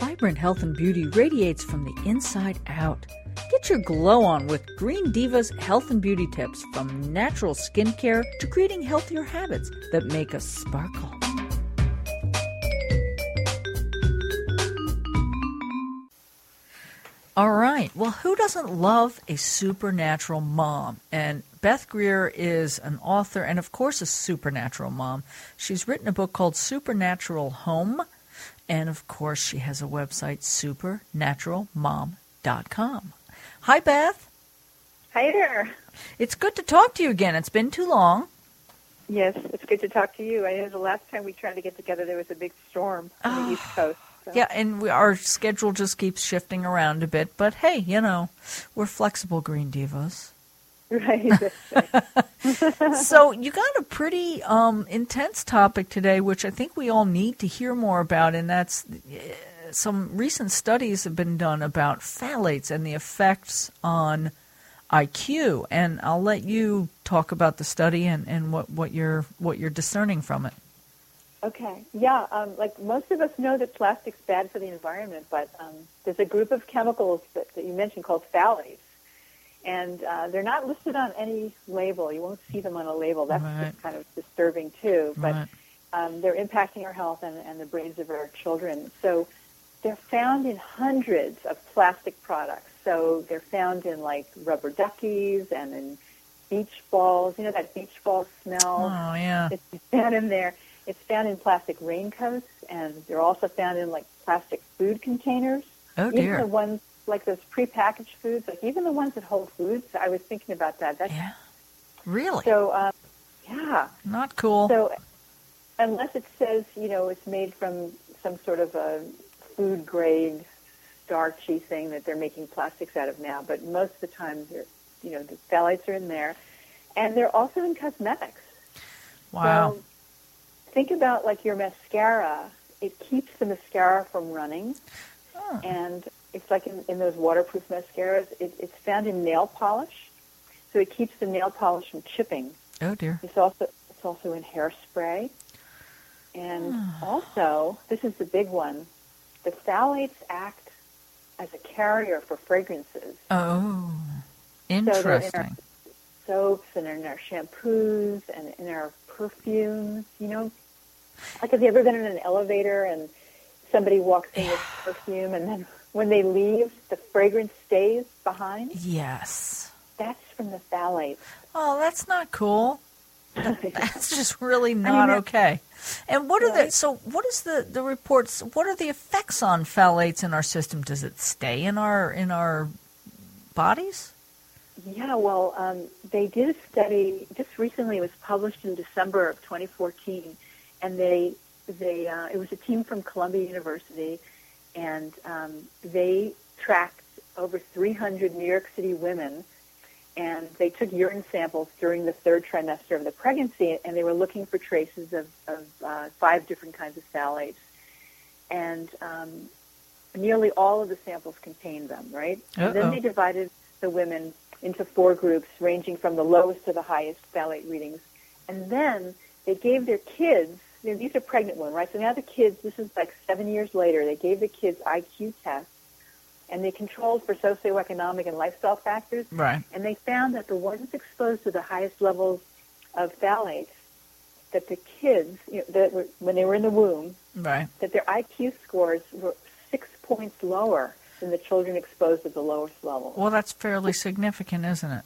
vibrant health and beauty radiates from the inside out. Get your glow on with Green Diva's health and beauty tips from natural skincare to creating healthier habits that make us sparkle. All right. Well, who doesn't love a supernatural mom? And Beth Greer is an author and, of course, a supernatural mom. She's written a book called Supernatural Home. And, of course, she has a website, supernaturalmom.com. Hi, Beth. Hi there. It's good to talk to you again. It's been too long. Yes, it's good to talk to you. I know the last time we tried to get together, there was a big storm on the East Oh, Coast. so- Yeah, and we, our schedule just keeps shifting around a bit. But hey, you know, we're flexible green divas. Right. so you got a pretty um, intense topic today, which I think we all need to hear more about, and that's eh, some recent studies have been done about phthalates and the effects on IQ. And I'll let you talk about the study and, and what, what you're what you're discerning from it. Okay. Yeah. Um, like most of us know that plastic's bad for the environment, but um, there's a group of chemicals that, that you mentioned called phthalates, and uh, they're not listed on any label. You won't see them on a label. That's Right. just kind of disturbing too. But Right. um, they're impacting our health and, and the brains of our children. So they're found in hundreds of plastic products. So they're found in like rubber duckies and in beach balls. You know that beach ball smell. Oh yeah, It's found in there. It's found in plastic raincoats, and they're also found in like plastic food containers. Oh, even dear. the ones like those prepackaged foods, like even the ones at Whole Foods. I was thinking about that. That's yeah, really so. Um, yeah. not cool. So unless it says you know it's made from some sort of a food grade starchy thing that they're making plastics out of now, but most of the time they're you know the phthalates are in there, and they're also in cosmetics. wow. So think about like your mascara. It keeps the mascara from running, Huh. and it's like in, in those waterproof mascaras. It, it's found in nail polish, so it keeps the nail polish from chipping. Oh dear. It's also it's also in hairspray, and also this is the big one. The phthalates act as a carrier for fragrances, Oh, so they're in our interesting. soaps and in our shampoos and in our perfumes. You know, like have you ever been in an elevator and somebody walks in with perfume, and then when they leave, the fragrance stays behind? Yes. That's from the phthalates. Oh, that's not cool. That's just really not that- okay. And what are the Right. so what is the the reports what are the effects on phthalates in our system? Does it stay in our in our bodies? Yeah, well, um, they did a study just recently. It was published in December of 2014, and they they uh, it was a team from Columbia University, and um, they tracked over 300 New York City women, and they took urine samples during the third trimester of the pregnancy, and they were looking for traces of, of uh, five different kinds of phthalates, and um, nearly all of the samples contained them. Right, and Uh-oh. then they divided the women into four groups ranging from the lowest to the highest phthalate readings. And then they gave their kids, you know, these are pregnant women, right? So now the kids, this is like seven years later, they gave the kids IQ tests and they controlled for socioeconomic and lifestyle factors. Right. And they found that the ones exposed to the highest levels of phthalates, that the kids, you know, that were, when they were in the womb, Right. that their IQ scores were six points lower than the children exposed at the lowest levels. Well, that's fairly significant, isn't it?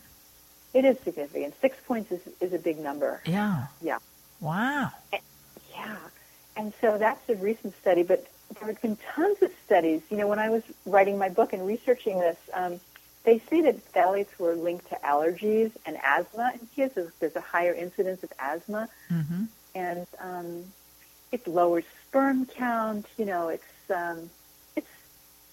It is significant. Six points is, is a big number. Yeah. Yeah. Wow. Yeah. And so that's a recent study, but there have been tons of studies. You know, when I was writing my book and researching this, um, they say that phthalates were linked to allergies and asthma in kids. There's, there's a higher incidence of asthma, Mhm. and um, it lowers sperm count. You know, it's um, it's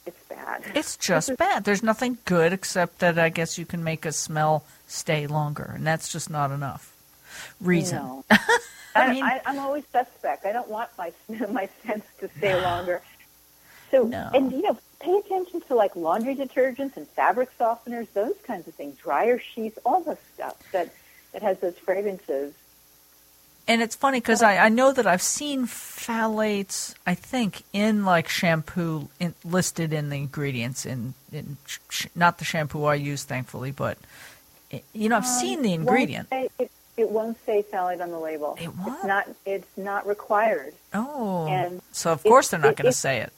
it's bad. It's just bad. There's nothing good except that I guess you can make a smell stay longer, and that's just not enough reason. No. I I mean- I, I'm always suspect. I don't want my my scents to stay longer. So, No. and you know, pay attention to like laundry detergents and fabric softeners, those kinds of things, dryer sheets, all this stuff that that has those fragrances. and it's funny because I, I know that I've seen phthalates, I think, in like shampoo in, listed in the ingredients in, in sh- not the shampoo I use, thankfully, but eh, you know I've seen the Um, ingredient. Won't say, it, it won't say salad on the label. It won't? It's not. It's not required, Oh, and so of it- course they're not it- going to it- say it.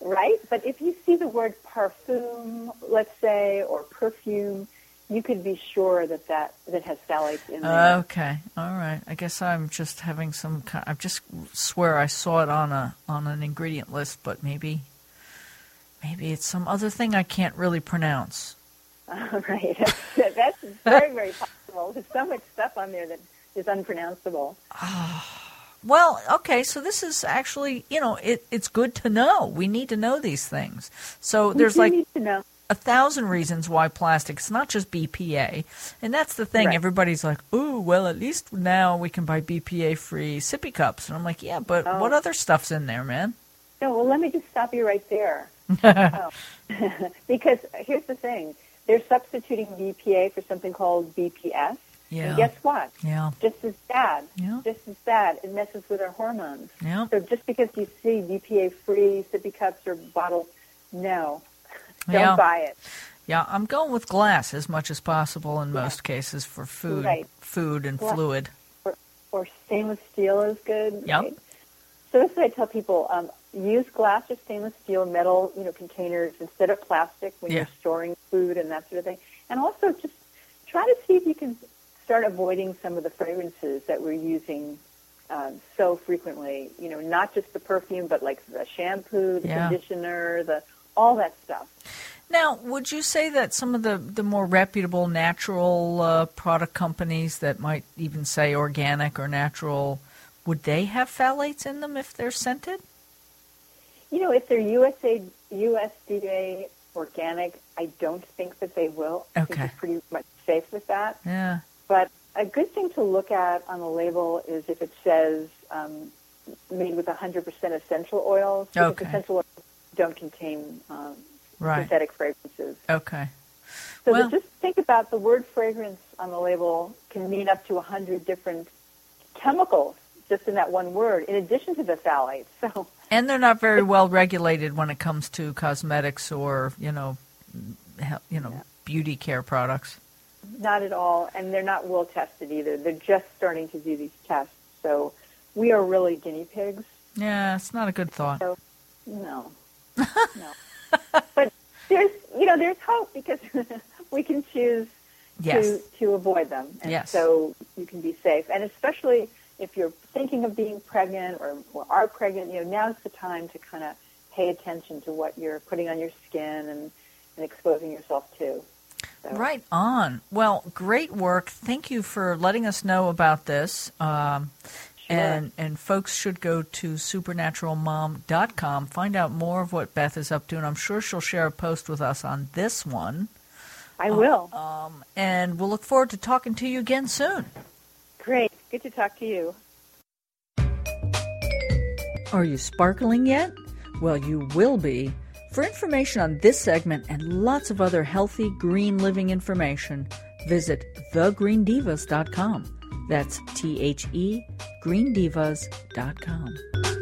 right? But if you see the word parfum, let's say, or perfume, you could be sure that that that has phthalates in Oh, there. Okay, all right. I guess I'm just having some. ki I just swear I saw it on a on an ingredient list, but maybe maybe it's some other thing I can't really pronounce. right. That- That's very very possible. There's so much stuff on there that is unpronounceable. Well, okay, so this is actually, you know, it, it's good to know. We need to know these things. So We there's do like need to know. a thousand reasons why plastic. It's not just BPA. And that's the thing. Right. Everybody's like, ooh, well, at least now we can buy BPA free sippy cups. And I'm like, yeah, but Oh. what other stuff's in there, man? No, well, let me just stop you right there. Oh. because here's the thing. They're substituting BPA for something called BPS. Yeah. And guess what? Yeah. Just as bad. Yeah. Just as bad. It messes with our hormones. Yeah. So just because you see BPA-free sippy cups or bottles, no. Don't Yeah. buy it. Yeah, I'm going with glass as much as possible in most cases for food, Right. food and Glass. fluid. Or, or stainless steel is good. Yep. right? So that's what I tell people. Um, use glass or stainless steel metal, you know, containers instead of plastic when Yeah. you're storing food and that sort of thing. And also just try to see if you can start avoiding some of the fragrances that we're using um, so frequently. You know, not just the perfume, but like the shampoo, the Yeah. conditioner, the all that stuff. Now, would you say that some of the, the more reputable natural uh, product companies that might even say organic or natural, would they have phthalates in them if they're scented? You know, if they're USA, USDA organic, I don't think that they will. I think Okay. they're pretty much safe with that. Yeah. But a good thing to look at on the label is if it says um, made with 100% essential oils. because Okay. Essential oils don't contain um, Right. synthetic fragrances. Okay. So Well- just think about the word fragrance on the label can mean up to 100 different chemicals just in that one word, in addition to the phthalates. So And they're not very well regulated when it comes to cosmetics or, you know, he- you know, beauty care products. Not at all, and they're not well tested either. They're just starting to do these tests, so we are really guinea pigs. Yeah, it's not a good thought. So, no, no. But there's, you know, there's hope because we can choose Yes. to to avoid them, and Yes. so you can be safe. And especially if you're thinking of being pregnant or, or are pregnant, you know, now's the time to kind of pay attention to what you're putting on your skin and, and exposing yourself to. So, Right on. Well, great work. Thank you for letting us know about this. Um, Sure. And and folks should go to supernaturalmom.com, find out more of what Beth is up to, and I'm sure she'll share a post with us on this one. I will. Um, and we'll look forward to talking to you again soon. Great. Good to talk to you. Are you sparkling yet? Well, you will be. For information on this segment and lots of other healthy green living information, visit thegreendivas.com. That's T H E greendivas.com.